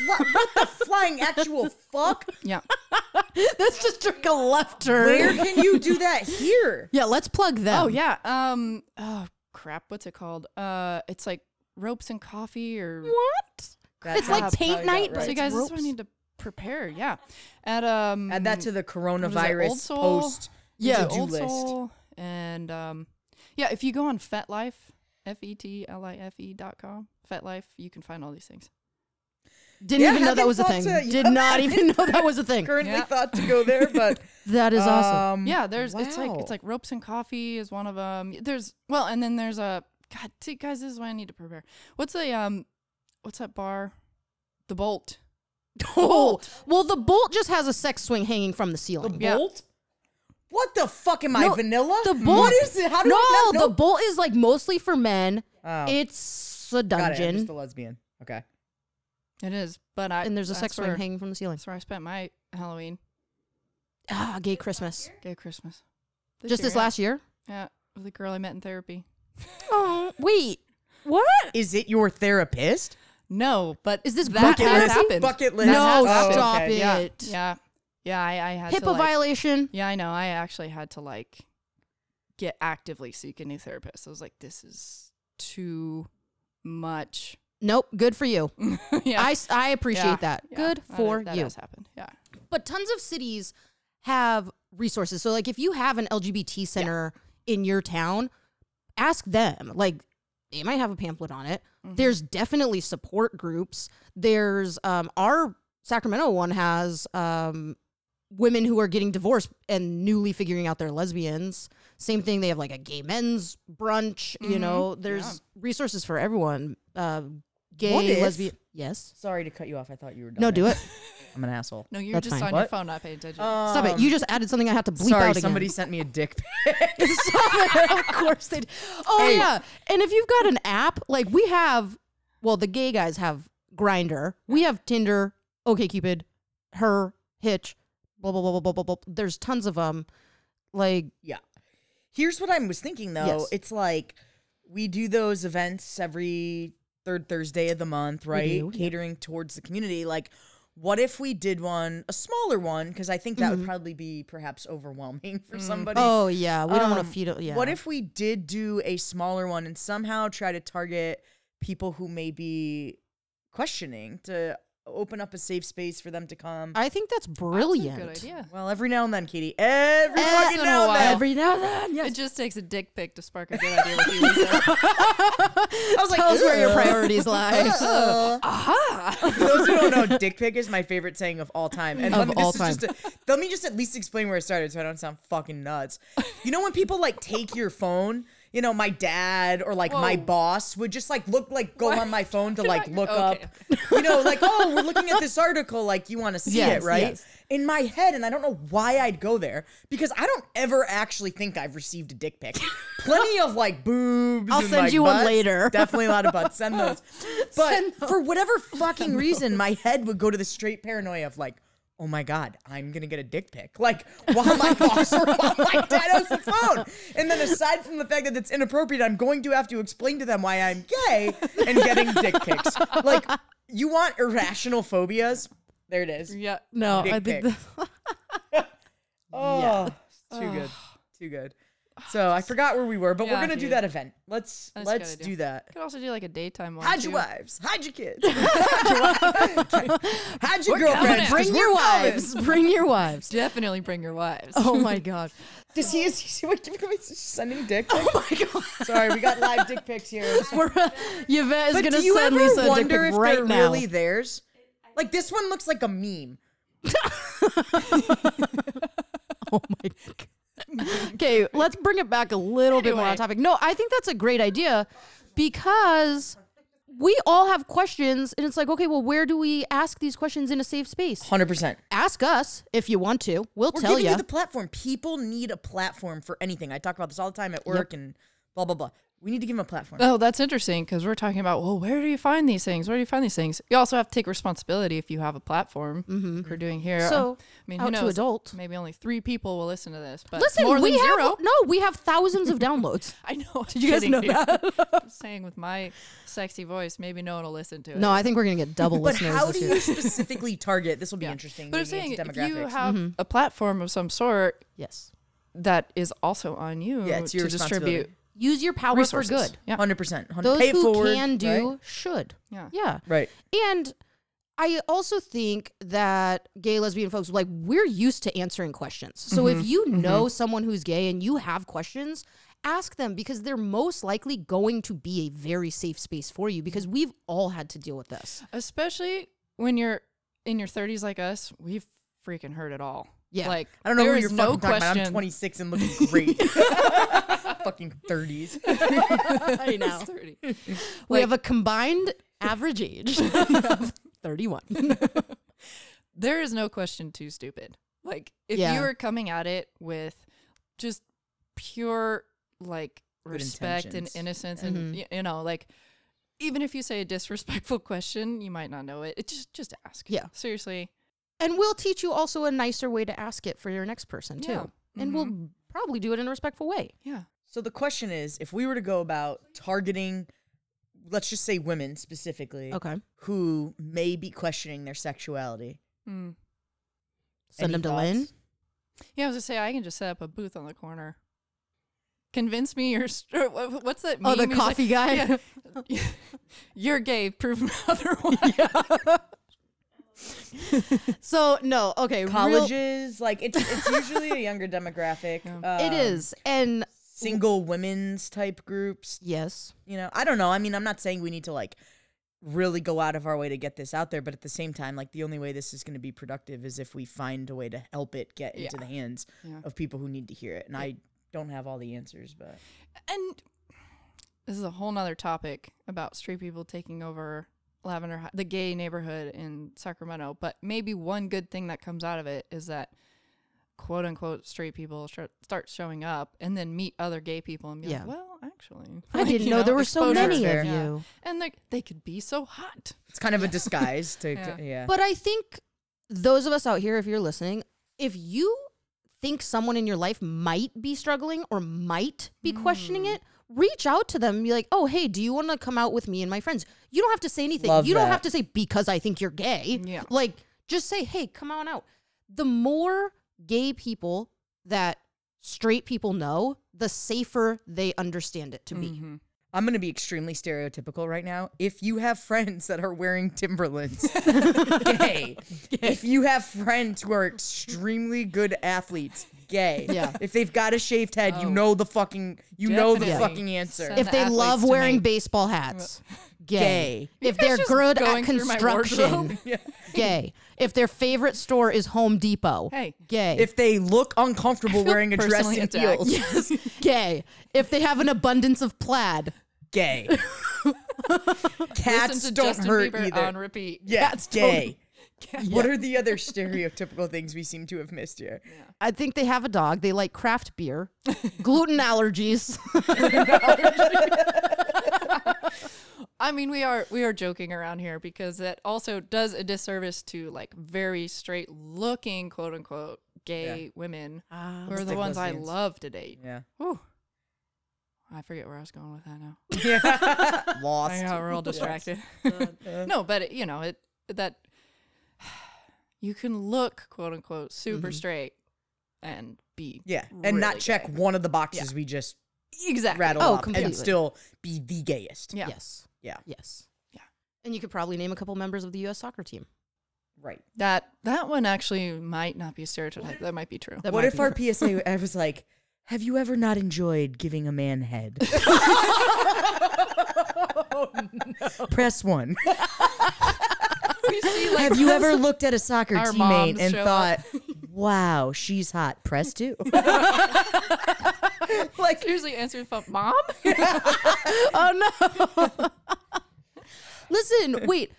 S3: fl- what the flying actual fuck?
S2: Yeah.
S1: That's just took a left turn.
S3: Where can you do that here?
S1: Yeah, let's plug them.
S2: Oh yeah. Um. Oh crap. What's it called? Uh. It's like ropes and coffee or
S1: What? it's like
S2: sounds
S1: paint
S3: probably about
S1: night.
S3: right.
S1: but
S2: So
S1: it's
S2: guys, this is what
S1: ropes.
S2: I need to prepare. Yeah. At um.
S3: Add that to the
S2: Old
S3: coronavirus
S2: Soul?
S3: post.
S2: yeah
S3: to-do
S2: old
S3: list.
S2: soul and um. Yeah. If you go on FetLife, F E T L I F E dot com, FetLife, you can find all these things.
S1: Didn't
S3: Yeah,
S1: even know that
S3: haven't
S1: was a
S3: thought
S1: thing.
S3: to-
S1: Did
S3: yeah,
S1: not even know that was a thing.
S3: Currently
S2: Yeah.
S3: thought to go there, but
S1: That is awesome.
S3: um,
S2: yeah. There's. It's like
S3: wow.
S2: it's like ropes and coffee is one of them. There's well, and then there's a God. See, guys, this is why I need to prepare. What's the um, what's that bar? The Bolt.
S1: Oh, well, the bolt just has a sex swing hanging from the ceiling.
S3: The
S2: Yeah.
S3: bolt? What the fuck am I,
S1: No,
S3: vanilla?
S1: The bolt.
S3: What is it? How do
S1: no,
S3: I not know?
S1: the bolt is like mostly for men.
S3: Oh.
S1: It's a
S3: Got it, I'm
S1: dungeon,
S3: just a lesbian. Okay.
S2: It is, but I
S1: and there's a
S2: that's
S1: sex
S2: where-
S1: swing hanging from the ceiling.
S2: That's where I spent my Halloween.
S1: Ah, gay Christmas.
S2: Gay Christmas.
S1: just this
S2: year,
S1: last year.
S2: Yeah, Yeah, with the girl I met in therapy.
S1: Oh, wait. What?
S3: Is it your therapist?
S2: No, but
S1: Is this
S2: that
S1: bucket
S2: has
S1: list?
S2: happened.
S3: Bucket list.
S2: That
S1: No,
S2: has happened.
S1: stop
S3: okay.
S1: it.
S2: Oh, Yeah, yeah, yeah. I, I had to,
S1: HIPAA
S2: like-
S1: violation.
S2: Yeah, I know. I actually had to like get actively seek a new therapist. I was like, this is too much.
S1: Nope. Good for you.
S2: yeah,
S1: I, s- I appreciate
S2: yeah,
S1: that.
S2: yeah.
S1: Good
S2: That-
S1: for
S2: that
S1: you.
S2: has happened. Yeah.
S1: But tons of cities have resources. So, like, if you have an LGBT center in your town, ask them. Like they might have a pamphlet on it.
S3: Mm-hmm.
S1: There's definitely support groups. There's um our Sacramento one has um women who are getting divorced and newly figuring out they're lesbians. Same thing, they have like a gay men's brunch,
S3: Mm-hmm.
S1: you know. There's resources for everyone. Uh
S3: What
S1: gay,
S3: if-
S1: lesbian Yes.
S3: Sorry to cut you off. I thought you were done.
S1: No, do it.
S3: I'm an asshole.
S2: No, you're
S1: That's
S2: just
S1: fine. Uh,
S2: on your
S3: What?
S2: phone, not paying attention.
S1: Stop it. You just added something I had to bleep out
S3: Um, Sorry,
S1: again.
S3: somebody sent me a dick
S1: of course they. Do. Oh yeah, and if you've got an app, like we have, well, the gay guys have Grinder. We have Tinder, OkCupid, her, Hitch, blah blah blah blah blah blah. blah. There's tons of them. Like
S3: Yeah. Here's what I was thinking though.
S1: Yes.
S3: It's like we do those events every third Thursday of the month, right?
S1: do, yeah.
S3: Catering towards the community. Like, what if we did one, a smaller one? Because I think that would probably be perhaps overwhelming for somebody.
S1: Mm-hmm. oh yeah, we don't want
S3: Um,
S1: to feed. it- Yeah.
S3: What if we did do a smaller one and somehow try to target people who may be questioning to open up a safe space for them to come?
S1: I think that's brilliant.
S2: Good idea.
S3: well, every now and then, Katie. Every
S1: Eh,
S3: fucking
S2: in a
S3: now and then.
S2: while.
S1: Every now and then, yes.
S2: It just takes a dick pic to spark a good idea with you. Lisa.
S3: I was like,
S1: Tell us where your
S3: "Ugh."
S1: priorities lie.
S3: Those who don't know, dick pic is my favorite saying of all time. And
S1: Of
S3: let me, this
S1: all
S3: is just a- let me just at least explain where I started so I don't sound fucking nuts. You know when people like take your phone? You know, my dad or like my
S2: Whoa.
S3: boss would just like look like go
S2: What?
S3: on my phone to like look
S2: Okay,
S3: up. You know, like, oh, we're looking at this article, like you want to see
S1: Yes,
S3: it, right?
S1: yes.
S3: In my head, and I don't know why I'd go there because I don't ever actually think I've received a dick pic. Plenty of like boobs.
S1: I'll
S3: and,
S1: send
S3: like,
S1: you one
S3: butts.
S1: later.
S3: Definitely a lot of butts. Send those. But
S1: Send
S3: for whatever fucking reason, my head would go to the straight paranoia of like, oh my god, I'm gonna get a dick pic, like while my boss or while my dad has the phone. And then aside from the fact that it's inappropriate, I'm going to have to explain to them why I'm gay and getting dick pics. Like, you want irrational phobias? There it is.
S2: Yeah.
S1: no,
S3: Dick
S1: I think
S3: pic.
S1: that-
S3: Oh, it's too good, too good. So I forgot where we were, but
S2: Yeah,
S3: we're gonna do
S2: dude.
S3: that event. Let's
S2: That's a good
S3: let's
S2: idea.
S3: do that.
S2: Could also do like a daytime one.
S3: Hide
S2: too.
S3: your wives. Hide your kids. hide your girlfriends. 'cause
S1: bring
S3: we're
S1: your
S3: coming.
S1: wives. Bring your wives.
S2: Definitely bring your wives.
S1: Oh my god.
S3: Does he? Is he wait, give me- sending dick? pics?
S1: Oh my god.
S3: Sorry, we got live dick pics here.
S1: We're, Yvette is
S3: But
S1: going to
S3: do you
S1: send
S3: ever
S1: Lisa a dick
S3: wonder
S1: pic
S3: if
S1: right
S3: they're
S1: now.
S3: really theirs? Like this one looks like a meme.
S1: oh my god. okay, let's bring it back a little bit more on
S2: Anyway.
S1: topic. No, I think that's a great idea because we all have questions, and it's like, okay, well, where do we ask these questions in a safe space?
S3: Hundred percent.
S1: Ask us if you want to. We'll
S3: We're
S1: tell
S3: giving
S1: ya.
S3: you the platform. People need a platform for anything. I talk about this all the time at work and blah blah blah. We need to give them a platform.
S2: Oh, that's interesting because we're talking about, well, where do you find these things? Where do you find these things? You also have to take responsibility if you have a platform. Mm-hmm. We're doing here.
S1: So,
S2: I mean,
S1: out
S2: who
S1: to
S2: knows?
S1: adult.
S2: Maybe only three people will listen to this, but
S1: Listen,
S2: more
S1: we
S2: than
S1: have
S2: zero.
S1: no, we have thousands of downloads.
S2: I know.
S1: Did you guys know
S2: that? saying with my sexy voice, maybe no one will listen to it.
S1: No, I think we're gonna get double
S3: but
S1: listeners.
S3: how
S1: this
S3: do
S1: year.
S3: you specifically target? This will be interesting.
S2: But I'm
S3: digging
S2: saying
S3: into
S2: if you
S3: demographics.
S2: have
S1: Mm-hmm.
S2: a platform of some sort
S1: Yes,
S2: that is also on you
S3: Yeah, it's your
S2: to distribute.
S3: responsibility.
S1: use your power
S2: Resources.
S1: for good.
S2: Yeah.
S3: hundred percent.
S1: Those
S3: Pay it
S1: who
S3: forward,
S1: can do
S3: right?
S1: should.
S2: Yeah.
S1: Yeah.
S3: Right.
S1: And I also think that gay lesbian folks like we're used to answering questions. So if you
S3: Mm-hmm.
S1: know someone who's gay and you have questions, ask them because they're most likely going to be a very safe space for you because we've all had to deal with this.
S2: Especially when you're in your 30s like us, we've freaking heard it all.
S1: Yeah.
S2: Like
S3: I don't know
S2: there
S3: who
S2: is
S3: you're
S2: no
S3: fucking talking about. I'm
S2: question.
S3: 26 and looking great. fucking 30s.
S1: I know.
S2: 30.
S1: we have a combined average age of 31.
S2: there is no question too stupid. Like if
S1: Yeah.
S2: you are coming at it with just pure like respect and
S3: intentions. Mm-hmm.
S2: innocence and y- you know like even if you say a disrespectful question, you might not know it. It just just ask.
S1: Yeah.
S2: Seriously.
S1: and we'll teach you also a nicer way to ask it for your next person too.
S2: Yeah.
S1: And we'll probably do it in a respectful way.
S2: Yeah.
S3: So the question is if we were to go about targeting, let's just say women specifically,
S1: Okay.
S3: who may be questioning their sexuality.
S2: Mm.
S1: Send
S3: any
S1: them to
S3: thoughts?
S1: Lynn.
S2: Yeah, I was gonna say I can just set up a booth on the corner. Convince me you're. St- what's that?
S1: Oh,
S2: Meme?
S1: the
S2: He's like,
S1: coffee guy.
S2: Yeah. You're gay. Prove me otherwise.
S1: So no, okay. real-
S3: Colleges, like it's it's usually a younger demographic.
S1: it
S3: um,
S1: is, and
S3: single women's type groups.
S1: Yes.
S3: You know, I don't know. I mean, I'm not saying we need to like really go out of our way to get this out there, but at the same time, like the only way this is going to be productive is if we find a way to help it get into the hands
S2: Yeah.
S3: of people who need to hear it. And I don't have all the answers, but
S2: And this is a whole nother topic about street people taking over Lavender, Hi- the gay neighborhood in Sacramento. But maybe one good thing that comes out of it is that quote unquote straight people sh- start showing up and then meet other gay people and be
S1: Yeah.
S2: like, well, actually,
S1: I
S2: Like,
S1: didn't
S2: you
S1: know, there were so
S2: exposure.
S1: many
S3: fair.
S1: of
S2: Yeah.
S1: you.
S2: And like they could be so hot.
S3: it's kind of a disguise to,
S2: Yeah.
S3: to yeah.
S1: But I think those of us out here, if you're listening, if you think someone in your life might be struggling or might be
S3: Hmm.
S1: questioning it, reach out to them and be like, oh, hey, do you want to come out with me and my friends? You don't have to say anything.
S3: Love
S1: you don't
S3: that.
S1: have to say because I think you're gay.
S2: Yeah.
S1: Like, just say, hey, come on out. The more gay people that straight people know, the safer they understand it to be.
S3: I'm going to be extremely stereotypical right now. If you have friends that are wearing Timberlands, gay. If you have friends who are extremely good athletes, gay.
S1: Yeah.
S3: If they've got a shaved head, you know the fucking you know the
S2: Oh. Definitely.
S3: fucking answer.
S2: Send
S1: If
S2: the
S1: they
S2: athletes
S1: love
S2: to
S1: wearing
S2: me.
S1: baseball hats, gay.
S3: Gay.
S1: If
S2: guys
S1: they're
S2: just
S1: good at
S2: going through my
S1: construction,
S2: wardrobe?
S1: gay. If their favorite store is Home Depot,
S2: Hey.
S1: gay.
S3: If they look uncomfortable wearing a dress
S2: personally
S3: and
S2: attacked.
S3: heels,
S1: yes, gay. If they have an abundance of plaid,
S3: gay. Cats
S2: Listen to
S3: don't
S2: Justin
S3: hurt
S2: Bieber
S3: either.
S2: on repeat.
S3: yeah,
S2: Cats don't-
S3: gay. What are the other stereotypical things we seem to have missed here?
S1: I think they have a dog. They like craft beer, gluten allergies.
S2: I mean, we are we are joking around here because that also does a disservice to like very straight looking quote unquote gay women who are the
S3: stick
S2: ones
S3: with
S2: I
S3: these.
S2: love to date.
S3: Yeah.
S2: Whew. I forget where I was going with that now.
S3: Lost.
S2: I got real distracted. no, but it, you know it that you can look quote unquote super straight and be
S3: Mm-hmm. Yeah, and not
S2: really
S3: check
S2: gay.
S3: one of the boxes we just
S2: exactly
S3: rattled
S1: Oh,
S3: off
S1: completely.
S3: and still be the gayest.
S2: Yeah.
S1: Yes.
S3: Yeah.
S1: Yes.
S2: Yeah.
S1: And you could probably name a couple members of the U.S. soccer team.
S3: Right.
S2: That that one actually might not be a stereotype. That might be true.
S1: That
S3: what
S1: might
S3: if
S1: be
S3: our
S1: it.
S3: PSA I was like, have you ever not enjoyed giving a man head?
S2: Oh,
S3: Press one.
S2: we see like
S3: Have you ever looked at a soccer
S2: Our
S3: teammate
S2: moms
S3: and
S2: show
S3: thought,
S2: up.
S3: wow, she's hot? Press two.
S2: like usually answer the phone, mom.
S1: Listen, wait.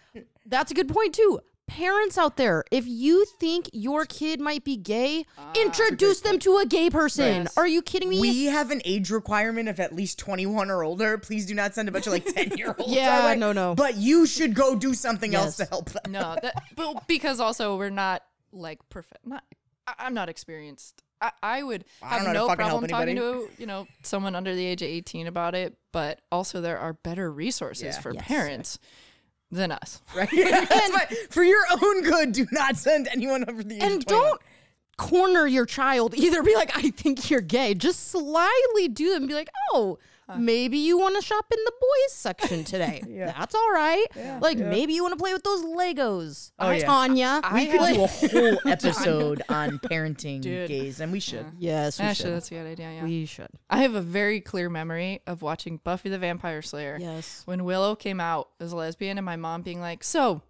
S1: That's a good point too. Parents out there, if you think your kid might be gay,
S2: Ah,
S1: introduce them to a gay person.
S2: Yes.
S1: Are you kidding me?
S3: we have an age requirement of at least 21 or older. Please do not send a bunch of like 10 year olds.
S1: Yeah,
S3: our way,
S1: no, no.
S3: But you should go do something else to
S1: Yes.
S3: help them.
S2: No, that, but because also we're not like perfect. Not I, I'm not experienced. I, I would
S3: I
S2: have
S3: don't know how to
S2: no
S3: fucking help
S2: problem talking to you know someone under the age of 18 about it. But also there are better resources
S3: Yeah.
S2: for parents than us.
S3: Right? That's why, for your own good, do not send anyone over the age of
S1: and
S3: 21.
S1: don't corner your child either. Be like, I think you're gay. Just slyly do them. Be like, oh,
S2: Ah.
S1: maybe you want to shop in the boys section today. That's all right. like maybe you want to play with those Legos,
S3: yeah.
S1: Tanya.
S2: Oh, I
S3: We could
S2: have-
S3: do a whole episode on parenting gays, and we should.
S1: yes, we
S2: Actually,
S1: should.
S2: Ah, that's a good idea. Yeah.
S1: We should.
S2: I have a very clear memory of watching Buffy the Vampire Slayer.
S1: Yes.
S2: When Willow came out as a lesbian, and my mom being like, "So,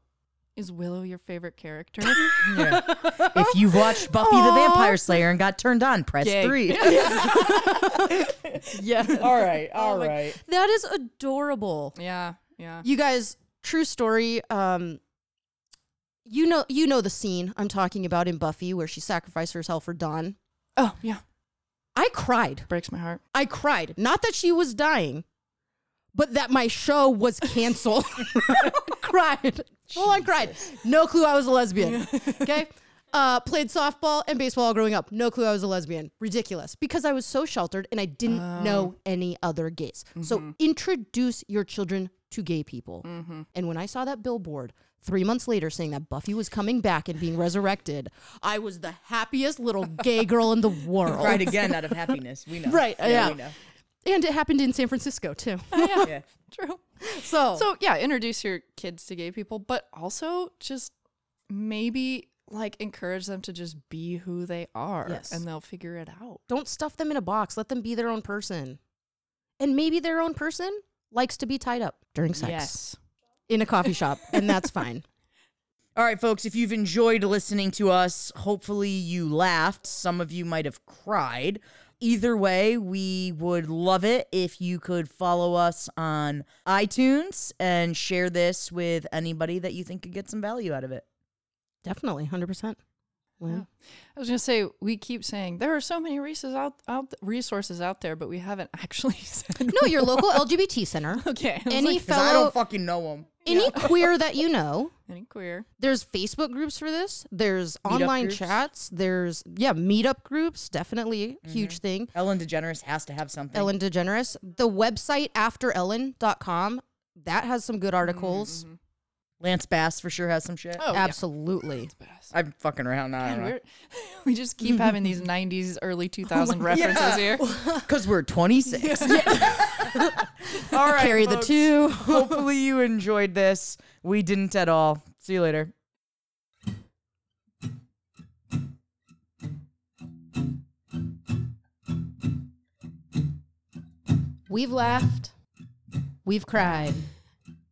S2: is Willow your favorite character?"
S3: If you've watched Buffy the Vampire Slayer and got turned on, press
S2: Gay.
S3: three.
S1: Yeah. Oh
S3: all right, all right.
S1: That is adorable.
S2: yeah, yeah.
S1: You guys, true story. Um, you know, you know the scene I'm talking about in Buffy where she sacrificed herself for Dawn.
S2: Oh, yeah.
S1: I cried.
S2: Breaks my heart.
S1: I cried. Not that she was dying, but that my show was canceled. cried. Full on cried. No clue I was a lesbian. Okay. Uh, played softball and baseball growing up. No clue I was a lesbian. Ridiculous. Because I was so sheltered and I didn't know any other gays. So introduce your children to gay people. And when I saw that billboard three months later saying that Buffy was coming back and being resurrected, I was the happiest little gay girl in the world.
S3: Cried again out of happiness. We know.
S1: Right, yeah.
S3: We know.
S1: And it happened in San Francisco too.
S2: yeah,
S3: Yeah.
S2: true.
S1: So,
S2: So yeah, introduce your kids to gay people, but also just maybe like encourage them to just be who they are
S1: Yes.
S2: and they'll figure it out.
S1: Don't stuff them in a box. Let them be their own person. And maybe their own person likes to be tied up during sex
S2: Yes.
S1: in a coffee shop, and that's fine.
S3: All right, folks, if you've enjoyed listening to us, hopefully you laughed. Some of you might have cried. Either way, we would love it if you could follow us on iTunes and share this with anybody that you think could get some value out of it.
S1: Definitely, 100%. Well,
S2: I was gonna say we keep saying there are so many resources out, out resources out there, but we haven't actually said
S1: No, your local LGBT center.
S2: okay. I was
S1: Any
S2: like,
S3: 'Cause I don't
S1: fellow,
S3: fucking know them.
S1: any queer that you know.
S2: any queer.
S1: There's Facebook groups for this. There's online
S3: groups.
S1: chats. There's yeah, meetup groups. Definitely a huge thing.
S3: Ellen DeGeneres has to have something.
S1: Ellen DeGeneres. The website afterellen.com that has some good articles.
S3: Lance Bass for sure has some shit.
S2: Oh
S1: Absolutely.
S2: yeah. Badass.
S3: I'm fucking around. I
S2: Man,
S3: don't know.
S2: we're- we just keep having these 90s, early 2000 references here.
S3: Because we're 26.
S1: All right, Carry
S3: folks.
S1: the two.
S3: Hopefully you enjoyed this. We didn't at all. See you later.
S1: We've laughed. We've cried.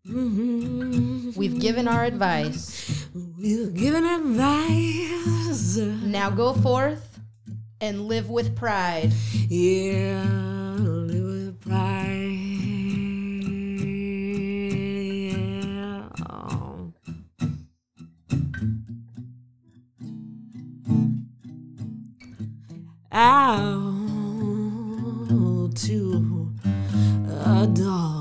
S1: We've given our advice.
S4: We're giving advice.
S1: Now go forth and live with pride.
S4: Yeah, live with pride. Yeah. Out to a dog.